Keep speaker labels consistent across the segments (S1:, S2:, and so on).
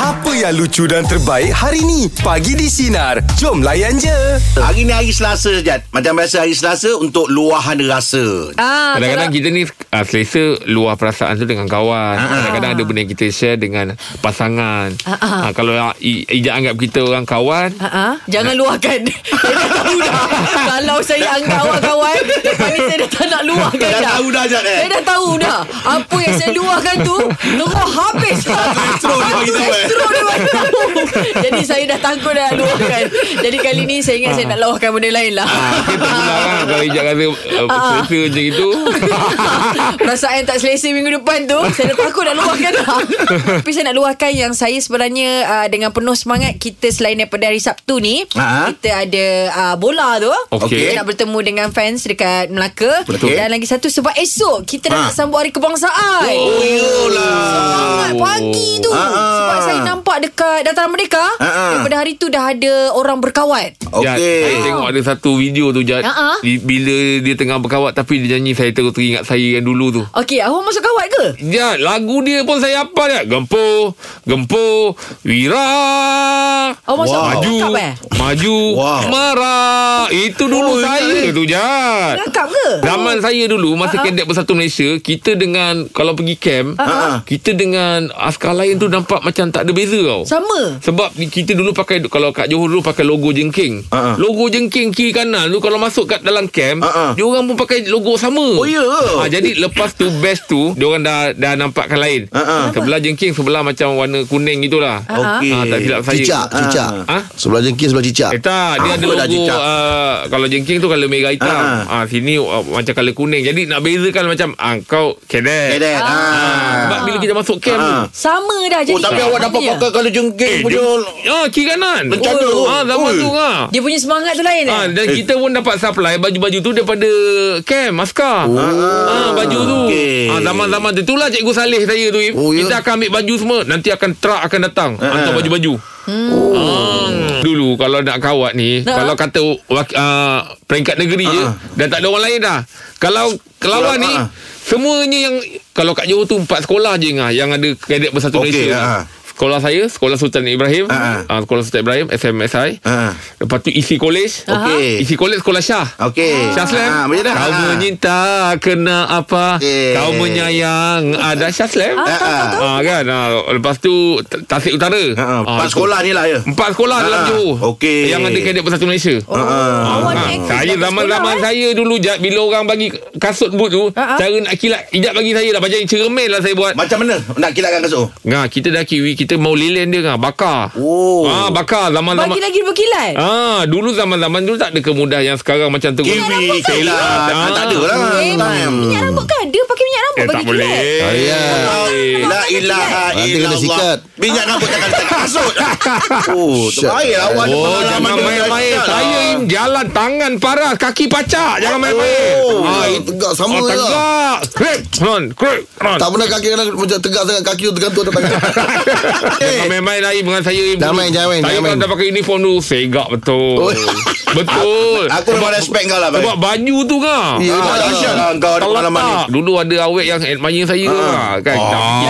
S1: Apa yang lucu dan terbaik hari ni? Pagi di Sinar. Jom layan je.
S2: Hari ni hari Selasa Jad Macam biasa hari Selasa Untuk luahan rasa
S3: Ah,
S4: Kadang-kadang kita ni uh, Selesa luar perasaan tu Dengan kawan
S3: Ah,
S4: Kadang-kadang ada benda yang kita share Dengan pasangan uh, Kalau uh, I- Ijak anggap kita orang kawan
S3: Ah, jangan luahkan Saya dah tahu dah Kalau saya anggap awak kawan Lepas ni saya dah tak nak luahkan
S2: Dah
S3: dah
S2: tahu dah Jad eh
S3: Saya dah tahu dah Apa yang saya luahkan tu Terus habis Satu
S2: Astro dia bagi tahu, eh.
S3: Astro dia bagi tahu eh. Jadi saya dah takut dah nak luahkan Jadi kali ni saya ingat saya nak luahkan benda lain lah
S4: Kita tak pulang kan Kalau Ijak kata
S3: Ah,
S4: uh, Selesa je gitu
S3: Perasaan tak selesa minggu depan tu Saya dah takut nak luahkan dah Tapi saya nak luahkan yang saya sebenarnya uh, Dengan penuh semangat Kita selain daripada hari Sabtu ni
S2: Ha?
S3: Kita ada uh, bola tu
S4: Okey.
S3: Kita nak bertemu dengan fans dekat Melaka
S2: Betul.
S3: Dan lagi satu sebab esok Kita dah
S2: Ha.
S3: nak sambut hari kebangsaan
S2: Oh iyalah
S3: Semangat pagi tu
S2: Ha, ha.
S3: Sebab saya nampak dekat Dataran Merdeka
S2: Ha, ha.
S3: Daripada hari tu dah ada orang berkawat
S4: Jad, saya
S2: Okey
S4: tengok ada satu video tu Jad
S3: Ah, ah.
S4: Di- Bila dia tengah berkawat Tapi dia nyanyi Saya terus teringat saya yang dulu tu
S3: Okey, awak masuk kawat ke?
S4: Jad, lagu dia pun saya apa Jad Gempo Gempo Wira
S3: Awak masuk
S2: Wow.
S3: kawat
S4: Maju
S3: lengkap eh?
S4: Maju
S2: Wow.
S4: Marah Itu dulu
S2: Oh,
S4: saya
S2: ingat, eh?
S4: tu Jad
S3: Lengkap ke?
S2: Ya.
S4: Zaman saya dulu Masa uh-huh. kedek bersatu Malaysia Kita dengan Kalau pergi camp
S2: Ah, ah.
S4: uh-huh. Kita dengan Askar lain tu Nampak macam tak ada beza tau
S3: Sama
S4: sebab ni kita dulu pakai Kalau kat Johor dulu Pakai logo jengking
S2: Ah, ah.
S4: Logo jengking kiri kanan tu Kalau masuk kat dalam camp
S2: Ah, ah.
S4: Dia orang pun pakai logo sama
S2: Oh, ya ke?
S4: ha, Jadi lepas tu Best tu Dia orang dah Dah nampakkan lain
S2: Ah, ah.
S4: Sebelah jengking Sebelah macam warna kuning itulah
S2: Okey
S4: Ah, tak silap saya.
S5: Cicak Cicak
S4: Ah.
S5: Sebelah jengking sebelah cicak
S4: Eh tak Dia
S2: Ah,
S4: ada
S2: apa dah
S4: logo
S2: cicak?
S4: uh, Kalau jengking tu Kalau merah hitam
S2: Ah,
S4: uh-huh. Sini uh, macam kalau kuning Jadi nak bezakan macam ah,
S2: Eh,
S4: Kau kedek
S2: Dad
S4: Sebab
S2: ah.
S4: bila kita masuk camp
S2: Ah.
S3: Sama dah jadi
S2: Oh tapi
S3: kat
S2: awak dapat
S3: mana?
S2: pakai Kalau jengking punya
S4: Ah, kiri kanan
S2: Rencana.
S4: ah, Zaman
S2: Oi.
S4: tu ah.
S3: Dia punya semangat tu lain
S4: Ah,
S3: eh?
S4: dan kita pun dapat supply baju-baju tu daripada camp askar. Oh. Ah, baju tu.
S2: Okey.
S4: Ah, zaman-zaman tu itulah cikgu Saleh saya tu. Im.
S5: Oh, ya?
S4: Kita akan ambil baju semua, nanti akan truck akan datang
S2: Eh,
S4: uh hantar baju-baju.
S3: Hmm.
S4: Ah. Dulu kalau nak kawat ni,
S3: Nah.
S4: kalau kata wak, ah, peringkat negeri je, dah tak ada orang lain dah. Kalau kelawan
S2: Ah, Kalau-
S4: ni
S2: ah.
S4: Semuanya yang Kalau kat Johor tu Empat sekolah je ngah, Yang ada kadet bersatu
S2: Okey,
S4: Malaysia
S2: ah.
S4: Sekolah saya Sekolah Sultan Ibrahim
S2: Ah,
S4: ah, Sekolah Sultan Ibrahim SMSI
S2: Ah.
S4: Lepas tu isi college
S2: Okey.
S4: Isi college sekolah Syah
S2: Okey
S4: Syah Slam
S2: Ah, Macam dah
S4: Kau menyinta Kena apa
S2: Okey.
S4: Kau menyayang Ada Syah Slam
S3: Ah, tahu, tahu, tahu.
S4: ah, kan ah, Lepas tu T- Tasik Utara
S2: Ah,
S4: Ah,
S2: Pas
S4: tu.
S2: sekolah ni lah ya
S4: Empat sekolah dalam
S2: Ah,
S4: Johor
S2: okey.
S4: Yang ada kadet Persatu Malaysia
S3: Oh, awak
S4: Ah,
S3: ni aktif
S4: saya
S3: dapat
S4: zaman-zaman
S3: sekolah, eh?
S4: saya dulu Jad, Bila orang bagi kasut boot tu
S3: Ah, ah.
S4: Cara nak kilat Ijat bagi saya lah Macam cermin lah saya buat
S2: Macam mana Nak kilatkan kasut
S4: Ngah, kita dah kiwi Kita mau lilin dia ngah, Bakar
S2: Oh.
S4: ah, Bakar zaman-zaman
S3: Bagi lagi berkilat
S4: Ah, dulu zaman-zaman dulu tak ada kemudahan yang sekarang macam tu.
S2: Kiwi Kilat Ah,
S4: Ah.
S2: Tak ada lah
S3: Eh, minyak rambut kan? Dia pakai minyak rambut
S4: Eh,
S3: bagi
S4: tak boleh.
S3: kilat.
S5: Ah, ya.
S2: La ilaha
S5: Nanti kena
S2: illallah.
S5: sikat.
S2: Minyak rambut takkan tak kasut. Oh, terbaik awak ada
S4: Oh,
S2: pengalaman
S4: jangan
S2: dengan
S4: main-main.
S2: sikat. lah.
S4: Saya im jalan tangan parah, kaki pacak. Jangan main-main.
S2: Oh.
S4: Ah,
S5: Ah,
S4: itu
S5: Tegak sama
S4: oh,
S5: je lah
S4: tegak. Krek, ron, krek, ron.
S5: Tak pernah kaki kanan Macam tegak sangat Kaki tu tergantung Eh, atas tangan
S4: Jangan main-main lah Im dengan saya Im.
S5: Jangan
S4: dulu.
S5: main, jangan main,
S4: Saya
S5: jangan
S4: kalau
S5: main.
S4: dah pakai uniform tu Segak betul
S5: Oh.
S4: Betul
S2: Aku memang respect kau lah, baik.
S4: Sebab baju tu kan
S5: Ya,
S2: Ah, dahsyat lah kau ada
S4: Kalau
S2: pengalaman ni. Ha, Ah.
S4: tak Dulu ada awet yang admire saya lah Kan Tapi-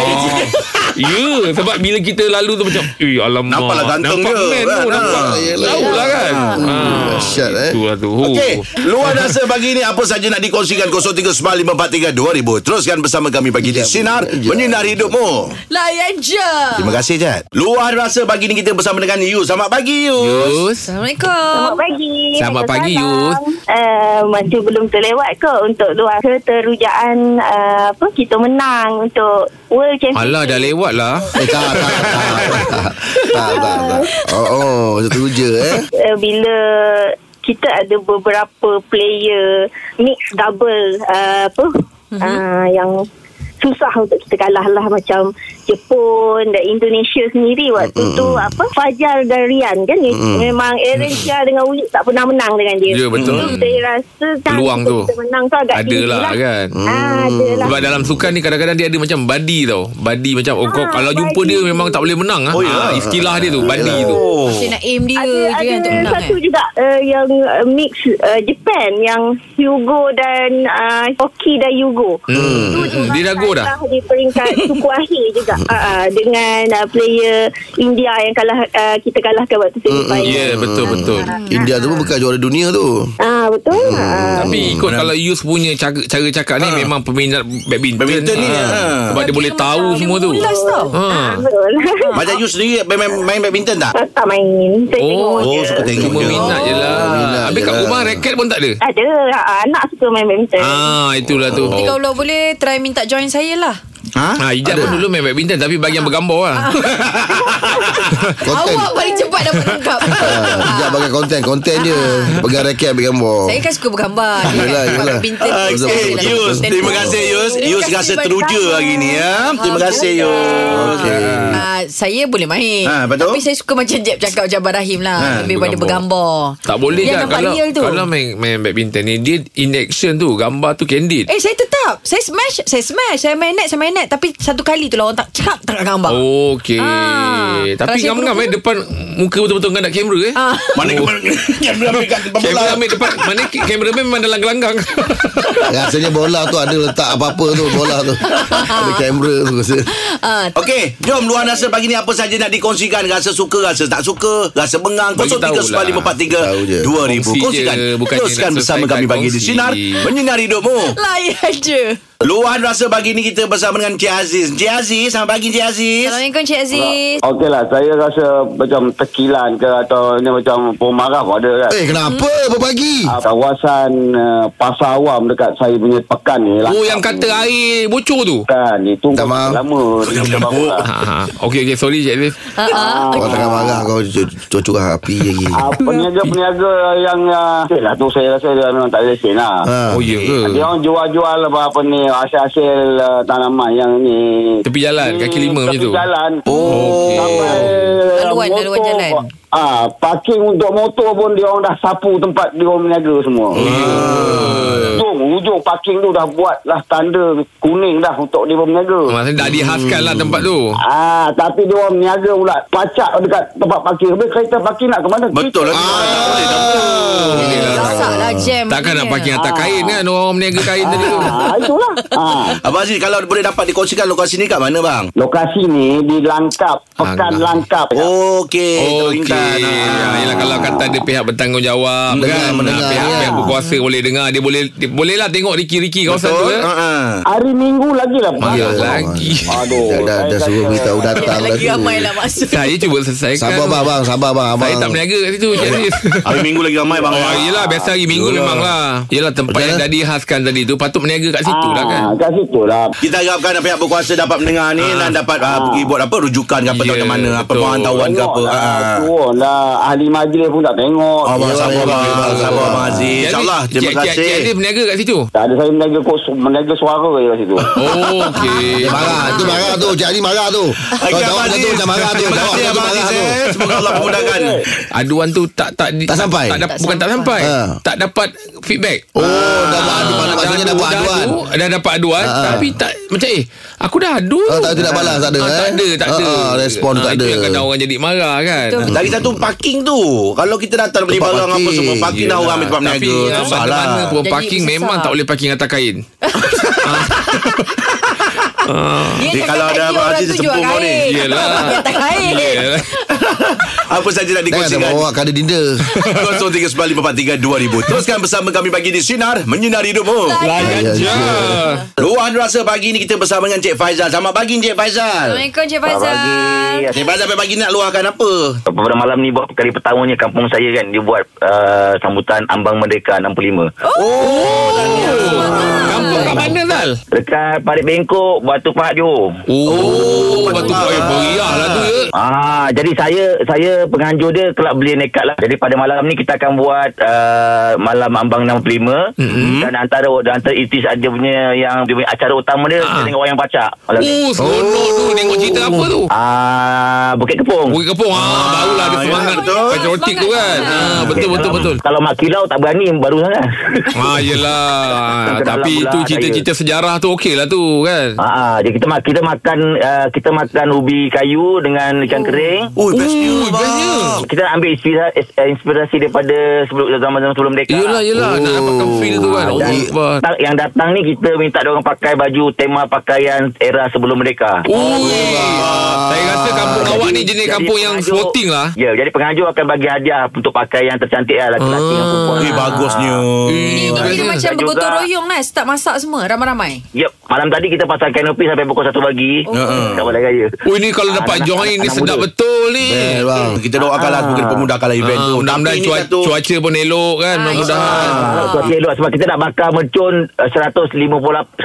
S4: Ya Sebab bila kita lalu tu macam Eh alamak
S2: Nampaklah ganteng dia,
S4: nampak man
S2: kan?
S4: tu
S2: Ah,
S4: Nampak
S5: yelah.
S4: Tahu lah kan
S5: Hmm,
S4: Ah,
S5: dahsyat, eh.
S4: Itulah tu
S2: Okey, luar dasar pagi ni apa saja nak dikongsikan 0395432000. Teruskan bersama kami pagi di Sinar Menyinari Hidupmu.
S3: Layan je.
S2: Terima kasih Jad. Luar rasa pagi ni kita bersama dengan Yu. Selamat pagi Yu.
S4: Terus
S3: Assalamualaikum.
S6: Selamat pagi.
S4: Selamat pagi, Yus.
S6: Uh, masih belum terlewat ke untuk luar keterujaan uh, apa kita menang untuk World Championship.
S4: Alah dah lewat lah
S5: Eh tak tak tak tak, Tak tak tak Oh oh Macam tu je eh
S6: Uh, bila kita ada beberapa player mix double uh, apa
S4: Mhm.
S6: mm-hmm. uh, yang susah untuk kita kalah lah macam Jepun dan Indonesia sendiri waktu
S4: Mhm.
S6: mm-hmm. tu apa Fajar dan Rian kan mm-hmm. memang Aaron Chia dengan Uli tak pernah menang dengan dia.
S4: Ya, betul.
S6: So, Saya rasa kan
S4: Peluang
S6: kita,
S4: tu.
S6: kita menang tu agak
S4: Ada
S6: tinggi
S4: lah kan
S6: Ah, ada lah.
S4: Sebab dalam sukan ni kadang-kadang dia ada macam badi tau. Badi macam oh, kau,
S6: Ah,
S4: kalau jumpa
S6: buddy.
S4: dia memang tak boleh menang ah.
S2: Oh,
S4: ah
S2: ya.
S4: istilah dia tu badi tu.
S2: Oh.
S3: Saya nak aim dia
S6: ada,
S3: je
S6: ada
S3: kan untuk menang
S6: satu
S3: kan.
S6: juga uh, yang uh, mix uh, Japan yang Hugo dan uh, Hoki dan Hugo.
S2: ya.
S4: Hmm. Dia dah go Singapura dah. Hmm.
S6: kalah lah di peringkat suku akhir juga. Ah, ah, dengan ah, player India yang kalah ah, kita kalahkan waktu semi final.
S4: Ya, betul-betul.
S5: India tu pun bukan juara dunia tu
S6: Ah betul.
S4: Hmm,
S6: Ah.
S2: Hmm.
S4: Tapi ikut kalau Yus punya cara, cara cakap ni memang peminat badminton.
S2: Ah. Badminton ni,
S4: Ah.
S2: ha.
S4: Sebab dia boleh tahu semua tu.
S2: Oh.
S4: Ha.
S6: Ah, betul.
S2: Macam you sendiri main, main, main badminton tak?
S6: tak main. Saya
S4: Oh,
S6: tengok
S2: Oh,
S6: je.
S2: suka tengok
S4: Cuma
S2: je. Ah,
S4: minat je lah.
S5: minat
S4: Habis
S5: je
S4: kat
S5: lah.
S4: rumah raket pun tak ada.
S6: Ada. ah, anak suka main badminton.
S4: Ah, itulah tu.
S3: Nanti kalau boleh Try minta join saya lah
S2: Ha?
S4: Ha, Ijat pun dulu main badminton tapi bagi yang bergambar lah.
S5: Konten
S3: Awak paling cepat dapat lengkap
S5: Ah, Ijab pakai konten Konten dia Pegang raket Ambil gambar
S3: Saya kan suka bergambar dia
S5: Yelah,
S3: kan.
S5: yelah.
S3: Badminton
S2: Ah,
S5: Betul,
S2: Okay,
S5: betul,
S2: Yus.
S5: betul.
S2: Terima kasih Yus.
S3: Terima
S2: Yus
S3: kasih
S2: rasa
S3: banyak.
S2: teruja hari ni ya. Terima kasih Yus.
S5: Okey.
S3: Ah, saya boleh main
S2: Hmm. Ah, lepas tu?
S3: Tapi saya suka macam Jeb cakap Macam Abang Rahim lah
S2: Ah,
S3: Lebih pada
S4: bergambar.
S3: bergambar
S4: Tak boleh
S3: Dia
S4: kan
S3: nampak
S4: kalau
S3: real tu
S4: kalau main main badminton ni dia in action tu, gambar tu candid.
S3: Eh saya tetap Saya smash Saya smash Saya main net Saya main net Tapi satu kali tu lah Orang tak cakap Tak nak gambar
S4: Oh. Okey.
S3: Ah. Kalau
S4: Tapi
S3: saya
S4: ngam-ngam eh
S3: perlu-
S4: depan muka betul-betul kan nak kamera eh.
S3: Ah.
S2: Mana ke mana? Kamera Oh. ambil kat tempat bola.
S4: Kamera ambil depan Mana ki- kamera memang dalam gelanggang
S5: Ya, Rasanya bola tu ada letak apa-apa tu Bola tu Ada kamera tu rasa
S3: Ah,
S2: Okey, jom luar rasa pagi ni apa saja nak dikongsikan rasa suka, rasa tak suka, rasa bengang
S4: Bagi
S5: Tahu je.
S2: 0395432000.
S4: Kongsi je,
S2: Kongsikan.
S4: bukan
S2: Teruskan
S4: je
S2: bersama
S4: nak
S2: kami pagi
S4: selesaikan
S2: di
S4: kongsi.
S2: sinar menyinari hidupmu.
S3: Layan je
S2: Luahan rasa pagi ni kita bersama dengan Cik Aziz. Cik Aziz, selamat pagi Cik Aziz.
S3: Assalamualaikum Cik Aziz
S7: Okey lah, saya rasa macam tekilan ke atau ni macam bom marah pun ada kan.
S5: Eh kenapa Berbagi
S7: Ah, Kawasan uh, pasar awam dekat saya punya pekan ni lah.
S4: Oh yang kata air bocor tu
S7: Kan, itu
S5: Tak maaf.
S7: lama. Dia dah bangun lah.
S4: ha, ha. Okey okey sorry Cik Alif
S3: Ah, ah.
S5: Orang tengah marah kau cu- Cucurah api lagi
S7: Ah, peniaga-peniaga yang uh, lah tu saya rasa dia memang tak resin lah.
S5: Ha.
S4: Oh ya ke
S7: Dia orang jual-jual apa-apa ni hasil-hasil uh, tanaman yang ni.
S4: Tepi
S7: Ni,
S4: jalan, kaki lima macam
S7: tepi
S4: tu?
S7: jalan.
S4: Oh.
S7: Sampai uh,
S3: Laluan,
S7: motor,
S3: laluan jalan.
S7: Ah, parking untuk motor pun dia orang dah sapu tempat dia orang meniaga semua.
S4: Oh,
S7: Hujung, hujung parking tu dah buat lah tanda kuning dah untuk dia berniaga.
S4: Maksudnya dah dihaskan lah tempat tu
S8: Hmm.
S7: Ah, tapi dia orang meniaga pula pacak dekat tempat parking. Habis kereta parking nak ke mana?
S2: Betul
S4: Ah.
S2: lah. Tak boleh tak boleh.
S3: Gasak lah jam
S4: Takkan nak
S3: punya.
S4: parking atas kain kan Orang meniaga kain tadi tu
S7: Ah, itulah. Ah.
S2: Abang Aziz, kalau boleh dapat dikongsikan lokasi ni kat mana bang?
S7: Lokasi ni di Langkap, Pekan
S4: Ah,
S7: Langkap.
S2: Okey,
S4: Okey
S2: Kelintan.
S4: ah. Yelah kalau kata ada pihak bertanggungjawab
S5: Dengar,
S4: kan
S5: mendengar,
S4: Ah, pihak,
S5: ya.
S4: pihak berkuasa boleh dengar Dia boleh dia, boleh lah tengok Riki-Riki kawasan tu
S2: Betul?
S4: eh.
S2: Ha.
S7: Hari Minggu lagi lah.
S4: Marah
S5: Ya,
S4: lagi
S7: Aduh,
S5: Dah, dah,
S7: saya
S5: dah suruh
S7: kata-
S5: beritahu datang dah
S3: Lagi
S5: tu.
S3: ramai lah maksud
S4: Saya cuba selesaikan
S5: Sabar bang, bang Sabar bang abang.
S4: Saya tak meniaga kat situ Cik Alif
S2: Hari minggu lagi ramai bang.
S4: Oh, yelah biasa hari minggu memang lah Yelah tempat yang dah dihaskan tadi tu Patut berniaga kat situ lah kan
S7: Ah, kat situ lah.
S2: Kita harapkan pihak berkuasa dapat mendengar ni dan dapat ah, pergi buat apa rujukan ke apa yeah,
S4: Ya,
S2: mana apa
S4: betul.
S2: pemantauan ke apa.
S7: Tengok
S2: Ha.
S7: lah, Turun lah. Ahli majlis pun tak tengok. Ya,
S2: Abang
S4: Ya,
S5: Yelah,
S2: sabar
S5: yelah,
S2: bang,
S5: yelah.
S2: sabar ah, abang
S4: Cik
S2: Aziz.
S4: Alif,
S2: Insyaallah terima
S4: Cik- Cik-
S2: kasih.
S4: Cik Alif berniaga kat situ
S7: Tak ada saya meniaga, kos, meniaga suara je kat situ.
S4: Oh okey
S5: Dia marah Dia marah tu Cik Ali marah tu Kau
S2: Okey,
S5: jawab
S2: Abang
S5: macam tu
S2: Aziz.
S5: Macam marah tu
S2: Terima kasih
S5: Jawab macam tu
S2: Abang
S5: marah
S2: Aziz.
S5: tu
S2: eh. Semoga Allah memudahkan.
S4: Aduan tu tak tak di-
S5: Tak sampai?
S4: tak, dap-
S3: Tak
S4: bukan tak sampai
S5: Ha.
S4: tak dapat feedback
S5: Oh dah buat aduan
S4: Ah,
S5: Maksudnya
S4: dah
S5: dah buat aduan
S4: adu, Dah dapat aduan
S5: Ah, ah.
S4: Tapi tak Macam eh Aku dah adu
S5: Ah, tak- tidak balas, tak ada,
S4: Ah,
S5: eh?
S4: Tak ada Tak
S5: Ah,
S4: ada
S5: ah, respon
S4: Ah,
S5: tak
S4: Itu
S5: ada.
S4: yang kadang orang jadi marah kan
S3: Betul.
S2: Lagi satu parking tu. Kalau kita datang beli
S5: Tempat
S2: barang apa
S5: parking.
S2: semua parking dah
S4: Yelah,
S2: orang ambil tempat
S4: Tapi
S2: berniaga. Tak
S4: yang
S2: salah.
S4: mana pun
S3: Jadi
S4: Parking
S3: susah. Eh,
S4: memang tak boleh parking atas kain
S2: Dia kalau ada Abang Aziz, dia sempur kau ni.
S4: Yelah.
S3: Dia tak kain
S4: Yelah.
S2: Apa saja nak
S5: Jangan tak
S2: dikongsikan.
S5: bawa kada dinda
S2: 0395432000. Teruskan bersama kami pagi di sinar menyinari hidupmu.
S5: Ya,
S4: Ya.
S5: ya.
S2: Luahan rasa pagi ni kita bersama dengan Cik Faizal. Selamat pagi Cik Faizal.
S3: Assalamualaikum Cik
S8: Selamat
S3: Faizal
S8: pagi.
S2: Cik Faizal pagi ni nak luahkan apa?
S8: Pada malam ni buat kali pertamanya kampung saya kan dia buat uh, sambutan Ambang Merdeka 65.
S4: Oh, Kampung kat mana Zal?
S8: Dekat Parit Bengkok Batu Pahat Johor.
S4: Oh Batu Eh Beriah lah tu ya
S8: Ah jadi saya saya penganjur dia kelab beli nekat lah. Jadi pada malam ni kita akan buat uh, malam Ambang 65 mm-hmm. dan antara dan antara itis ada punya yang
S4: Ah.
S8: dia punya acara utama dia kita tengok wayang pacak malam ni.
S4: Oh seronok tu Tengok cerita apa tu
S8: Ah uh, Bukit Kepong.
S4: Bukit Kepong ah, Barulah ada
S2: ya,
S4: semangat
S2: betul.
S4: Patriotik tu kan ah, Betul betul
S8: Okey, kalau-
S4: betul
S8: Kalau mak kilau tak berani baru sangat.
S4: Ah yelah Ah,
S8: Dalam
S4: Tapi
S8: pula
S4: tu
S8: saya.
S4: cerita-cerita sejarah tu Okey lah tu kan
S8: Ah, jadi kita mak kita makan uh, kita makan ubi kayu dengan ikan
S4: Oh.
S8: kering.
S2: Ui, bestnya.
S4: Ui, bestnya.
S8: Kita ambil inspirasi, inspirasi daripada sebelum zaman-zaman sebelum mereka.
S4: Yelah yelah Nak dapatkan feel tu kan
S8: Dan
S4: Allah Akbar
S8: datang, yang datang ni kita minta orang pakai baju tema pakaian era sebelum mereka.
S4: Ui Saya rasa kampung awak ni jenis kampung yang sporting lah
S8: Ya, jadi penganjur akan bagi hadiah untuk pakaian tercantik lah lelaki-lelaki
S4: Ah.
S8: dan perempuan.
S2: Ui, bagusnya.
S4: Eh,
S3: Ini kira
S4: bagusnya.
S3: macam
S8: Juga.
S3: bergotong royong lah Start masak semua Ramai-ramai
S8: Yep, Ya, malam tadi kita pasang kanopi sampai pukul 1 pagi.
S2: Oh.
S8: Kat ya. Balai Raya.
S4: Ui ni kalau dapat
S8: Anak-anak-
S4: join ni
S8: anak
S4: sedap
S8: muda.
S4: betul ni
S5: Eh, bang.
S2: Kita doakanlah mungkin pemudahkanlah event tu.
S4: Ah, Mudah-mudahan
S2: Tapi ni
S4: cuaca,
S2: satu-
S4: cuaca pun elok kan
S3: Ah,
S4: Mudah-mudahan
S8: Ah, cuaca elok sebab kita nak bakar mercun eh,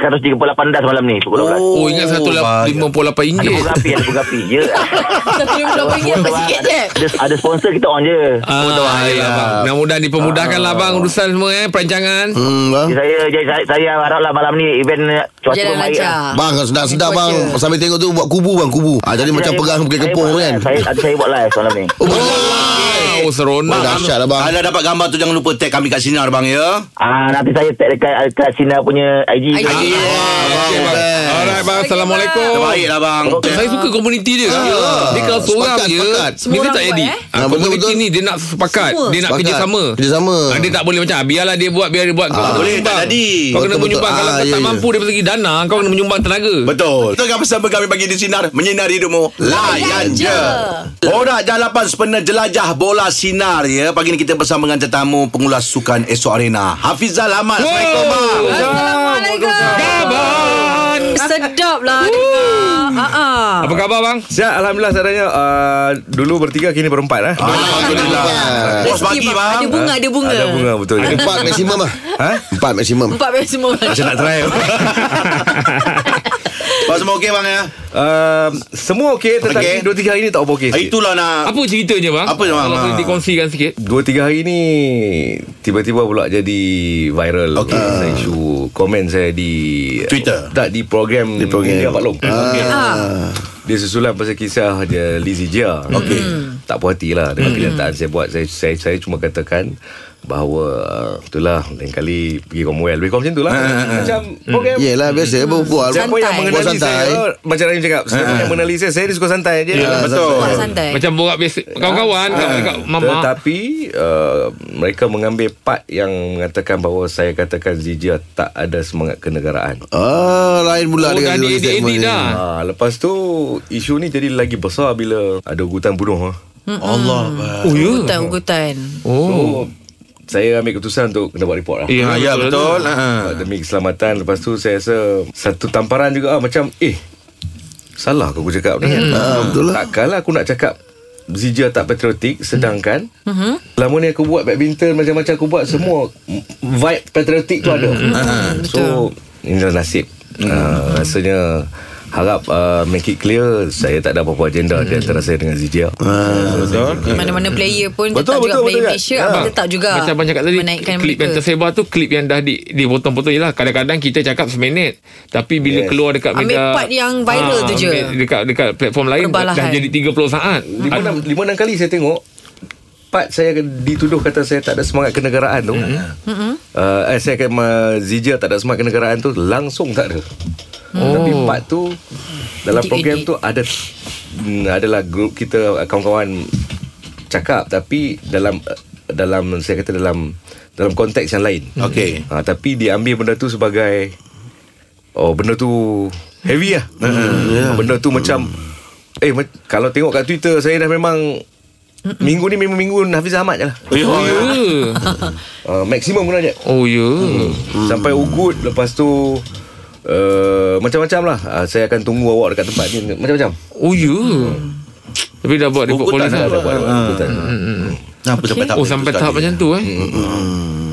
S8: 158 138 das malam ni pukul 12.
S4: Oh ingat RM158
S8: Ada fotografi, ada fotografi. Ya.
S3: Satu lima puluh ringgit apa sikit je
S8: Ada, ada sponsor kita on je.
S4: Ah, ayolah, bang. Mudah-mudahan dipermudahkan lah bang urusan semua eh perancangan.
S5: Hmm, bang.
S8: Jadi saya, jadi saya, saya haraplah malam ni event eh, cuaca
S3: Jalan
S8: membaik
S3: lancar
S8: lah.
S5: Bang sedap-sedap bang
S3: Cuaca.
S5: Sambil tengok tu Buat kubu bang kubu ha, Jadi macam
S8: Saya-
S5: pegang Bukit
S8: saya
S5: Kepong
S8: buat
S5: tu kan
S8: live. Saya, saya buat live malam ni.
S5: Oh, bang.
S4: Oh, seronok.
S5: Bang, Dahsyat lah bang
S2: Kalau dapat gambar tu jangan lupa tag kami kat Sinar bang ya.
S8: Ah, nanti saya tag dekat, dekat Sina punya IG.
S3: IG.
S8: Ah.
S4: Okay, bang. Alright, bang. Assalamualaikum.
S2: Terbaiklah lah, bang.
S4: Saya suka komuniti dia. Dia kalau seorang
S5: Sepakat,
S4: je,
S5: sepakat.
S4: ni
S3: Semua
S4: dia
S3: orang
S4: tak
S3: buat,
S4: jadi.
S3: eh?
S4: Ah,
S5: Ah, betul,
S4: Komuniti
S5: betul.
S4: ni dia nak sepakat.
S3: Semua.
S4: Dia nak
S5: Sepakat.
S4: kerjasama.
S5: Kerjasama.
S4: Ah, Dia tak boleh macam, ah, biarlah dia buat, biar dia buat. Ah, Kau kena
S2: Ah, boleh, tak
S4: menyumbang.
S2: jadi.
S4: Kau kena
S5: Betul,
S4: menyumbang.
S5: betul.
S4: Kalau
S5: Ah,
S4: kau
S5: ya,
S4: tak
S5: ya.
S4: mampu dari segi dana, kau kena menyumbang tenaga.
S2: Betul. Tengah bersama kami pagi di Sinar Menyinari hidupmu Layan je Borak Jalapan Sepenuh Jelajah Bola Sinar ya Pagi ni kita bersama dengan tetamu Pengulas Sukan Esok Arena Hafizal Ahmad Assalamualaikum bang
S3: Assalamualaikum Sedap lah dengar Ah, ah.
S4: Apa khabar bang?
S9: Siap, Alhamdulillah seadanya uh, Dulu bertiga, kini berempat lah
S2: Ah, Alhamdulillah Bos
S3: Rezeki,
S2: pagi
S3: bang.
S2: bang
S3: Ada bunga Ada bunga
S9: Ada bunga betul
S5: Ada Empat maksimum lah
S9: Ha?
S5: Empat maksimum
S3: Empat bebas semua
S9: Macam nak try
S2: Bos semua okey bang ya
S9: uh, Semua okey
S2: Okey.
S9: Tetapi dua tiga hari ni tak apa okey sikit
S2: Itulah nak
S4: Apa ceritanya bang?
S2: Ah. Apa, bang?
S4: Kalau boleh
S2: Ah.
S4: dikongsikan sikit.
S9: Dua tiga hari ni Tiba-tiba pula jadi viral
S2: Okey.
S9: Saya isu Komen saya di
S2: Twitter. Ah.
S9: Tak di program Di program Dia Pak Long Dia susulan pasal kisah dia Lizzie Jia
S2: Okey. Hmm.
S9: Tak puas hati lah Dengan kenyataan saya buat saya, saya, saya cuma katakan Bahawa uh, Itulah Lain kali pergi Commonwealth Lebih kurang macam tu lah
S2: Ah,
S9: Macam program
S2: Hmm.
S5: Yelah biasa Berbual
S9: Siapa yang
S3: Santai.
S9: mengenali
S5: Buat santai.
S9: saya Macam Rahim cakap Siapa yang mengenali saya Saya ni suka santai Ah. je
S2: Ah, Ya, Betul
S3: Buat santai
S4: Macam borak biasa. Kawan-kawan, kawan dekat mama.
S9: Tetapi uh, Mereka mengambil part Yang mengatakan bahawa Saya katakan Zijia tak ada semangat kenegaraan
S5: Ah, lain pula
S4: Oh, dah
S5: dia
S4: di edit
S5: ni.
S4: dah.
S9: Ah, Lepas tu Isu ni jadi lagi besar Bila ada hutan bunuh ah.
S2: Allah
S4: Oh, ya?
S3: Hutan-hutan
S4: Oh.
S9: So Saya ambil keputusan Untuk kena buat report lah
S4: Ya,
S2: Ya betul
S9: Ah, Demi keselamatan Lepas tu saya rasa Satu tamparan juga ah, Macam eh Salah ke aku cakap ni kan
S5: betul lah.
S9: Takkanlah aku nak cakap Zija tak patriotik Sedangkan
S5: Hmm.
S9: Selama ni aku buat badminton Macam-macam aku buat Semua m- Vibe patriotik tu ada
S5: Hmm.
S9: Ah, So Inilah nasib Ah, Rasanya Harap uh, make it clear Saya tak ada apa-apa agenda
S5: Hmm.
S9: Di antara saya dengan Zijia
S3: Mana-mana player pun Tetap
S9: Betul,
S3: juga
S9: betul,
S3: player
S9: betul,
S3: Malaysia
S9: Kak.
S3: Abang
S9: Ya.
S3: tetap juga
S4: Macam abang cakap tadi
S3: Menaikkan
S4: Klip yang
S3: mereka
S4: tersebar tu Klip yang dah di, dipotong-potong Yelah kadang-kadang kita cakap seminit Tapi bila yes.
S9: Yes.
S4: keluar dekat
S3: Ambil
S4: media
S3: part yang viral
S4: ah,
S3: tu je.
S4: ambil Dekat dekat platform lain dah, dah
S3: Perbalahan.
S4: jadi 30 saat
S9: lima enam lima enam kali saya tengok part saya dituduh kata saya tak ada semangat kenegaraan tu. Mm-hmm. Uh, eh, saya kata uh, Zija tak ada semangat kenegaraan tu langsung tak ada. Oh. Tapi part tu dalam
S3: Edit,
S9: program
S3: edit.
S9: tu ada mm, adalah grup kita kawan-kawan cakap tapi dalam eh, dalam saya kata dalam dalam konteks yang lain.
S2: Okey.
S9: Ha, tapi dia ambil benda tu sebagai Oh benda tu Heavy lah hmm, Benda tu macam Eh ma- kalau tengok kat Twitter Saya dah memang Minggu ni memang minggu Hafiz Ahmad je lah
S4: Oh ya
S9: uh, Maksimum kena je
S4: Oh ya
S9: hmm. Sampai ugut Lepas tu uh, Macam-macam lah uh, Saya akan tunggu awak dekat tempat ni Macam-macam
S4: Oh ya Tapi dah buat report
S2: Buku
S4: polis
S2: tak ada
S4: lah
S2: buat
S9: Ah.
S2: Kenapa sampai tak
S4: Oh sampai tahap macam tu eh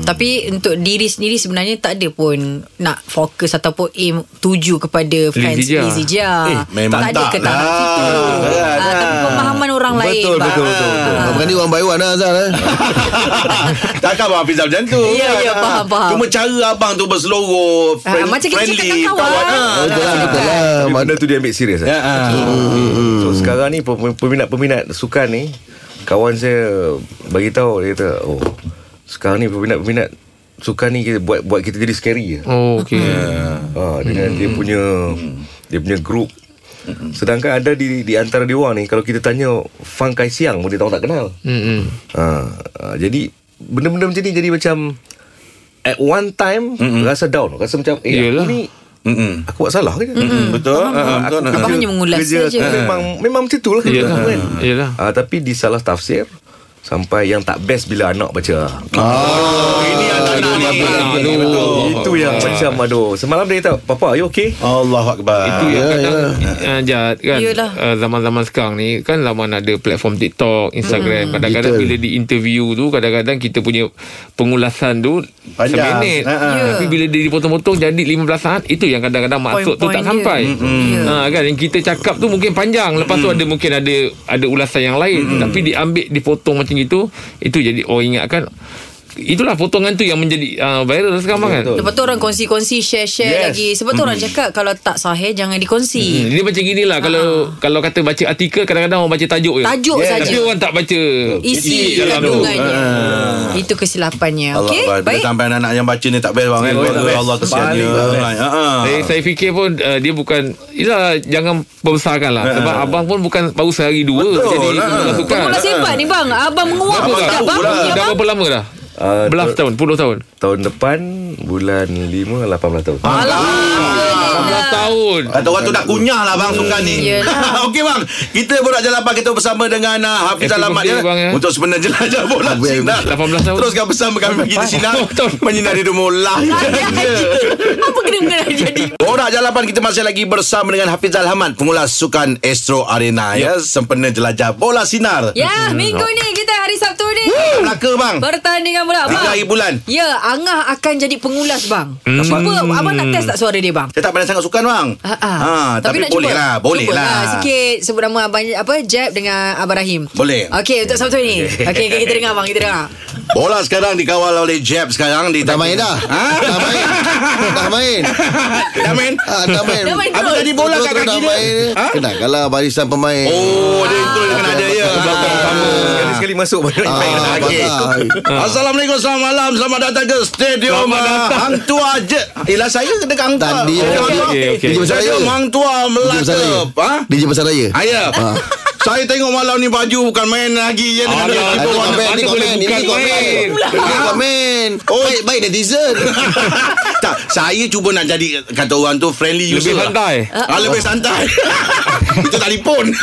S3: Tapi untuk diri sendiri sebenarnya tak ada pun nak fokus ataupun aim tuju kepada fans
S4: Lizzie Jia.
S3: Lizzie Jia.
S2: memang
S3: tak ada
S2: tak
S3: ke tak
S2: lah.
S3: situ.
S2: Tak
S3: Ah,
S2: ada.
S3: tapi pemahaman orang lain.
S9: Betul,
S3: Bang.
S9: betul, betul, betul.
S3: Ah,
S5: Bukan ni one by one lah Azhar eh.
S2: Takkan Abang Hafizal macam tu
S3: Ya,
S2: kan?
S3: ya, faham, faham.
S2: Cuma cara abang tu berseluruh
S3: Ah,
S2: friend,
S3: macam kita
S2: Friendly
S3: cakap kawan.
S2: ah.
S5: Oh, Betul lah Betul lah
S9: Tapi
S5: Mak-
S9: benda tu dia ambil serius
S2: Ya,
S9: eh.
S2: ah.
S9: So sekarang ni pem- peminat-peminat sukan ni kawan saya bagi tahu dia kata oh sekarang ni peminat-peminat sukan ni kita buat buat kita jadi scary je.
S4: Oh okey.
S9: Ha, dengan dia punya dia punya group. Sedangkan ada di di antara dia orang ni kalau kita tanya Fang Kai Siang pun dia tahu tak kenal.
S4: Hmm.
S9: Ha, ha, jadi benda-benda macam ni jadi macam at one time rasa down, rasa macam eh
S4: Yelah.
S9: aku ni
S2: Mm-mm.
S9: aku buat salah
S3: Hmm.
S9: ke?
S2: Mm, Betul Ah,
S9: Aku
S2: betul.
S3: Abang hanya mengulas
S9: Ha, kerja
S3: saja.
S9: aku Memang memang macam tu lah kerja
S4: Yelah.
S9: aku kan.
S4: Yelah.
S9: Ah, tapi disalah tafsir sampai yang tak best bila anak baca.
S2: Ini anak-anak Ah, ni
S4: Aduh.
S9: Ah, Itu yang macam aduh. Semalam dia kata, "Papa, you okay?"
S2: Allah Akbar
S4: Itu yang kadang uh, Jad kan
S3: Yelah.
S4: uh, Zaman-zaman sekarang ni Kan laman ada platform TikTok Instagram
S3: Hmm.
S4: Kadang-kadang
S5: Betul.
S4: bila di interview tu Kadang-kadang kita punya Pengulasan tu
S2: Panjang.
S4: Seminit
S2: Ha, ha.
S3: Ya.
S4: yeah. Tapi bila dia dipotong-potong Jadi 15 saat Itu yang kadang-kadang maksud tu
S3: Point-point
S4: tak
S3: dia.
S4: sampai
S3: Ya.
S4: ha, kan? Yang kita cakap tu mungkin panjang Lepas tu ada mungkin ada Ada ulasan yang lain Tapi diambil Dipotong macam itu Itu jadi orang ingatkan Itulah potongan tu yang menjadi uh, viral sekarang kan
S9: Betul.
S3: Lepas tu orang kongsi-kongsi Share-share yes.
S9: Yes.
S3: lagi Sebab tu orang cakap Kalau tak sahih Jangan dikongsi
S4: Dia macam gini lah Kalau kalau kata baca artikel Kadang-kadang orang baca tajuk je
S3: Ah. Tajuk
S4: yeah.
S3: saja.
S4: Tapi orang tak baca
S3: Isi
S4: dalam tu. eh,
S3: kandungannya Itu kesilapannya
S2: Ah. Allah
S3: Okey
S2: Akbar Bila
S3: Baik
S2: sampai anak-anak yang baca ni tak best bang eh?
S9: Betul, tak
S2: Keluarga
S9: best.
S2: Allah kesian
S9: Paling
S2: dia
S9: tak best.
S2: Ha, ha.
S4: Saya, saya fikir pun uh, Dia bukan Yelah Jangan Pembesarkan lah Sebab abang pun Bukan baru sehari dua
S2: Ah. Betul
S4: Jadi
S2: lah.
S4: pengurus sukan.
S3: Pula sebat ni bang Abang menguap
S4: Abang
S3: pun tak
S4: tahu
S3: bang
S2: lah.
S3: Ya
S4: Dah
S3: bang
S4: berapa lama dah
S9: Ah,
S4: Belas
S9: tu-
S4: tahun Puluh tahun
S9: Tahun depan bulan 5 18 tahun.
S3: Ah.
S9: Ah.
S4: Belas tahun
S2: Kata orang tu dah kunyah lah bang Sukan ni
S3: Yelah.
S2: Okey bang Kita borak jalapan Kita bersama dengan uh, Hafiz
S4: Happy
S2: Alamat
S4: birthday,
S2: ya.
S4: bang, ya.
S2: Untuk sebenarnya jelajah bola
S5: Happy
S2: sinar
S4: 18 tahun.
S2: Teruskan bersama kami Bagi di sinar
S4: Oh, betul.
S2: Menyinari rumah lah
S3: Apa kena-kena jadi
S2: Borak jalapan kita masih lagi bersama dengan Hafiz Alhaman Pengulas Sukan Astro Arena ya. Sempena jelajah bola sinar
S3: Ya minggu ni Kita hari Sabtu ni
S2: Melaka bang
S3: Pertandingan bola
S2: Tiga
S3: bang
S2: hari bulan Hmm.
S3: Ya Angah akan jadi pengulas bang Cuba Abang nak test tak suara dia bang
S2: Saya tak pandai sangat sukan bang
S3: Ah, ah.
S2: Ha, Tapi,
S3: nak
S2: boleh
S3: cuba.
S2: lah Boleh
S3: Cuba
S2: lah
S3: sikit sebut nama abang apa Jeb dengan abang Rahim.
S2: Boleh.
S3: Okey untuk Sabtu ni. Okey okay, kita dengar bang kita dengar.
S2: Bola sekarang dikawal oleh Jeb sekarang di
S5: Dah main dah
S2: Ha?
S5: Dah main Dah main
S2: Dah main
S5: Ah, Dah main
S3: Dah main
S2: Habis
S3: terus.
S2: tadi bola kat
S5: Terus-terus
S2: kaki
S5: dah
S2: dia
S5: main. Kenal kalah barisan pemain
S2: Oh
S4: Ah,
S2: dia itu yang kena ada ya
S9: Sekali-sekali masuk baru nak main
S5: Ah,
S9: lagi.
S5: batal.
S2: Ah. Assalamualaikum Selamat malam Selamat datang ke Stadium ah, Hang Tua Je Yelah saya dekat Hang Tua
S5: Tadi.
S2: Oh,
S5: Okey,
S4: okey, okey.
S5: Dia besar
S2: Stadium
S5: raya.
S2: Hang Tua
S5: Dia
S2: Melaka
S5: besar raya
S2: Ha?
S5: DJ besar raya
S2: Ayah
S5: Ah.
S2: Saya tengok malam ni baju Bukan main lagi Ya dengan dia
S4: Alah,
S5: Ada
S2: tipu orang
S5: komen
S4: mana
S5: Ini
S4: boleh
S5: komen Ini
S4: bukan
S5: komen Ini komen Oh baik, baik netizen
S2: tak, saya cuba nak jadi kata orang tu friendly user.
S4: Lebih
S2: lah.
S4: santai.
S2: Ah, lebih santai. Itu telefon.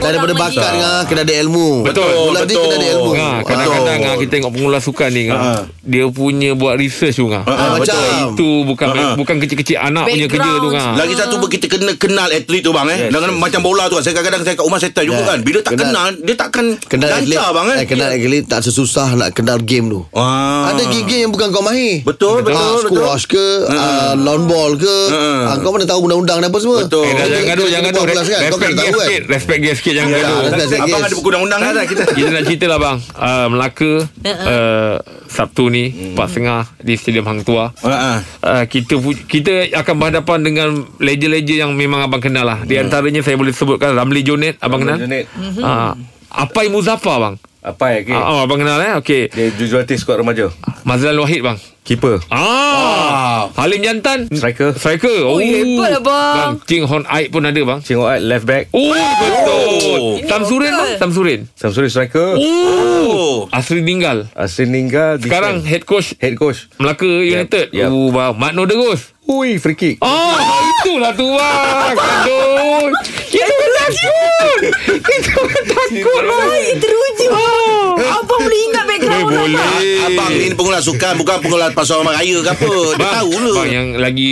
S5: Dah daripada
S3: Orang
S5: bakat dengan Kena ada ilmu
S2: Betul,
S5: Bola dia
S2: betul.
S5: kena ada ilmu Ah.
S4: Ha, kadang-kadang ha, kita tengok pengulas sukan ni ha.
S2: Ah.
S4: dia punya buat research tu ha.
S5: Ah,
S2: betul.
S5: Macam
S4: Itu bukan
S2: Ah.
S4: bukan kecil-kecil anak punya kerja tu ha.
S2: Lagi satu pun kita kena kenal atlet tu bang eh. Yes, yes, macam bola tu kan. Saya kadang-kadang saya kat rumah saya try juga
S5: Ya,
S2: kan. Bila tak kenal,
S5: kenal.
S2: dia takkan
S5: Kenal atlet
S2: lancar bang eh.
S5: eh, Kenal atlet Tak sesusah nak kenal game tu
S2: Ah.
S5: Ada game-game yang bukan kau mahir
S2: Betul, betul,
S5: Ah,
S2: betul.
S5: Squash ke ah, Lawn ball ke ah, Kau mana tahu undang-undang dan apa semua
S2: Betul.
S4: Eh, dah, jangan gaduh, jangan gaduh.
S5: Kau kan Kau
S4: Respect dia
S5: kena tahu kan
S4: sikit, respect dia sikit jangan
S5: Ah,
S4: gaduh.
S5: respect sikit.
S2: Abang ada buku undang-undang
S9: Tak ada kita.
S4: Kita nak cerita lah bang uh, Melaka
S3: Uh-uh.
S4: uh, Sabtu ni Empat setengah Di Stadium Hang Tua
S2: Ha ah.
S4: Uh, kita pu- kita akan berhadapan dengan legend-legend yang memang abang kenal lah. Di antaranya saya boleh sebutkan Ramli Junet abang kenal.
S9: Junet.
S3: Mhm.
S4: Ah, Apai Muzaffar bang.
S9: Apa ya? Okay.
S4: Ah, oh, abang kenal eh. Okey.
S9: Dia jurulatih skuad remaja.
S4: Mazlan Wahid bang.
S9: Keeper.
S4: Ah. Halim Jantan.
S9: Striker.
S4: Striker. Oh,
S3: hebat lah, bang.
S4: Bang Ting Hon Aik pun ada bang.
S9: Cengok out eh, left back.
S4: Oh, betul. Samsurin bang,
S3: betul.
S4: Samsurin.
S9: Samsuri striker.
S4: Oh. Asri Ninggal.
S9: Asrin Ninggal defend.
S4: Sekarang head coach
S9: head coach.
S4: Melaka United.
S9: yep.
S4: Oh, bang. Makno Degus.
S9: Ui free kick.
S4: Oh, itulah tu bang. Aduh. Kita pun takut. Kita pun takut bang.
S3: Saya teruja.
S2: Oh.
S3: Oh, Abang boleh ingat
S2: Eh,
S3: background orang bang.
S2: Abang ni pengulas sukan bukan pengulas pasal orang raya ke apa. Dia
S4: Bang,
S2: tahu lah.
S4: bang ya. yang lagi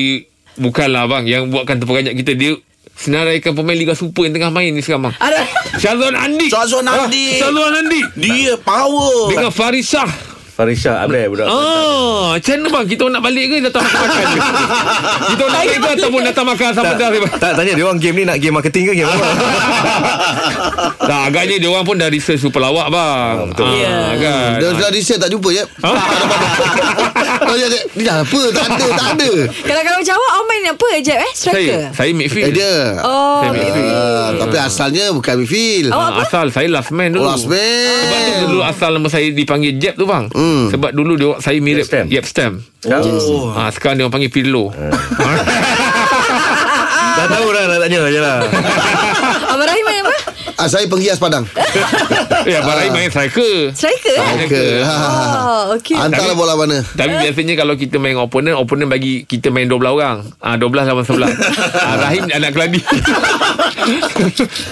S4: bukanlah bang yang buatkan terperanjat kita dia senaraikan pemain Liga Super yang tengah main ni sekarang bang.
S3: Ada.
S4: Syazwan Andi. Ah,
S2: Syazwan Andi. Oh.
S4: Syazwan Andi.
S2: Dia power.
S4: Dengan Farisah.
S9: Farisha Abdul budak.
S4: Ah, macam mana bang? Kita orang nak balik ke datang makan? kita orang nak balik ke ataupun datang makan sama dah.
S9: Ah. Tak tanya dia orang game ni nak game marketing ke game apa?
S4: Tak, Agaknya dia orang pun dah research super lawak bang. Ah, betul.
S3: Ya.
S4: kan.
S5: Dah, dah reset tak jumpa je
S4: Ah.
S5: Kau dia Ni dah apa Tak ada Tak ada
S3: Kalau kalau macam awak Awak main apa Jeb eh
S4: Saya
S3: Striker
S4: saya
S5: Eh
S4: midfield.
S5: dia
S3: Oh
S4: Saya midfield.
S5: Ah, Tapi asalnya Bukan midfield
S3: Awak
S4: Ah, asal saya last man dulu.
S5: Oh last
S4: Sebab tu
S5: man
S4: dulu asal nama saya dipanggil Jeb tu bang. Hmm. Sebab dulu dia saya mirip
S9: Jeb Stamp.
S4: Jeb Stamp.
S2: Oh.
S4: Ah sekarang dia orang panggil Pirlo.
S9: Dah tahu dah nak tanya je lah
S3: Abang Rahim main apa
S5: ah, Saya penghias padang
S4: ya Abang Rahim main striker.
S3: Striker eh
S5: Okay
S3: Oh okay
S5: Hantarlah lah bola mana
S4: Tapi biasanya kalau kita main dengan opponent Opponent bagi kita main 12 orang ah 12 lawan 11 ah, Rahim anak keladi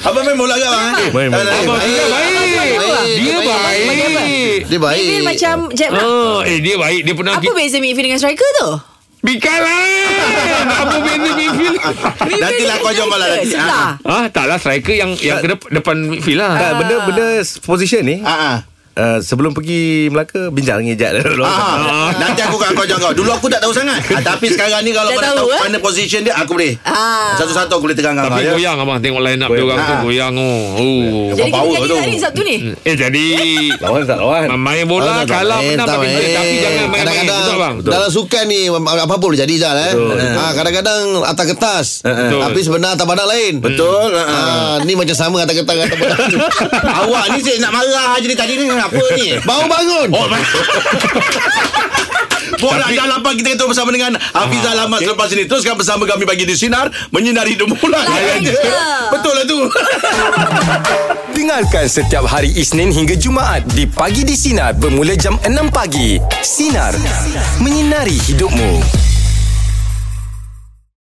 S2: Abang main bola ke abang? eh?
S9: Main, main.
S2: Eh, eh,
S4: Abang
S2: eh,
S4: dia baik Dia
S5: Dia
S4: baik
S5: Dia baik
S3: Dia macam Jeb lah
S4: Oh, eh dia baik Dia pernah
S3: Apa beza midfield dengan striker tu
S4: Bikal Apa beza midfield
S3: Midfield
S2: Nantilah
S3: dengan
S2: kau jawab lah
S3: striker,
S2: nanti.
S3: Sebelah
S4: Ah, taklah striker yang yang ke dep- depan midfield
S5: Ah.
S9: Tak,
S4: lah.
S9: benda benda position ni
S2: Ah, ah.
S9: uh, sebelum pergi Melaka bincang dengan Ejad dulu.
S2: Ah, nanti aku akan kau jawab kau. Dulu aku tak tahu sangat. Ah, tapi sekarang ni kalau
S3: Dah
S2: kau nak
S3: tahu,
S2: tahu
S3: eh?
S2: mana position dia, aku boleh.
S3: Ah.
S2: Satu-satu aku boleh tegang kau.
S5: Ah,
S4: Tapi
S2: ya.
S4: goyang abang tengok line up dia orang tu
S2: Ah.
S4: goyang oh. oh.
S3: Jadi kita
S2: power
S3: jadi
S2: tu. Hmm.
S3: tak ni Sabtu ni
S4: Eh jadi
S9: Lawan tak lawan.
S4: main bola
S5: Oh, tak, tak
S4: kalah
S5: main,
S4: menang
S5: tak
S4: tapi
S5: main.
S4: tapi jangan main-main
S5: Kadang-kadang
S4: betul bang.
S5: Dalam sukan ni Apa pun boleh jadi Jal eh ha, Kadang-kadang Atas kertas
S4: Betul.
S5: Tapi sebenarnya atas badan lain
S2: Eh, Betul. ah, ah.
S5: ha, Ni macam sama atas kertas dengan atas badan
S2: Awak ni cik nak marah je ni tadi ni. Apa ni?
S5: Baru bangun
S2: Oh, man. Bola jalan pagi kita ketemu bersama dengan Hafiz
S5: Ah,
S2: Alamat okay. selepas ini. Teruskan bersama kami bagi di Sinar. Menyinari hidup bulan.
S3: Layan je.
S2: Betul lah tu.
S1: Dengarkan setiap hari Isnin hingga Jumaat di Pagi di Sinar bermula jam 6 pagi. Sinar. Menyinari hidupmu.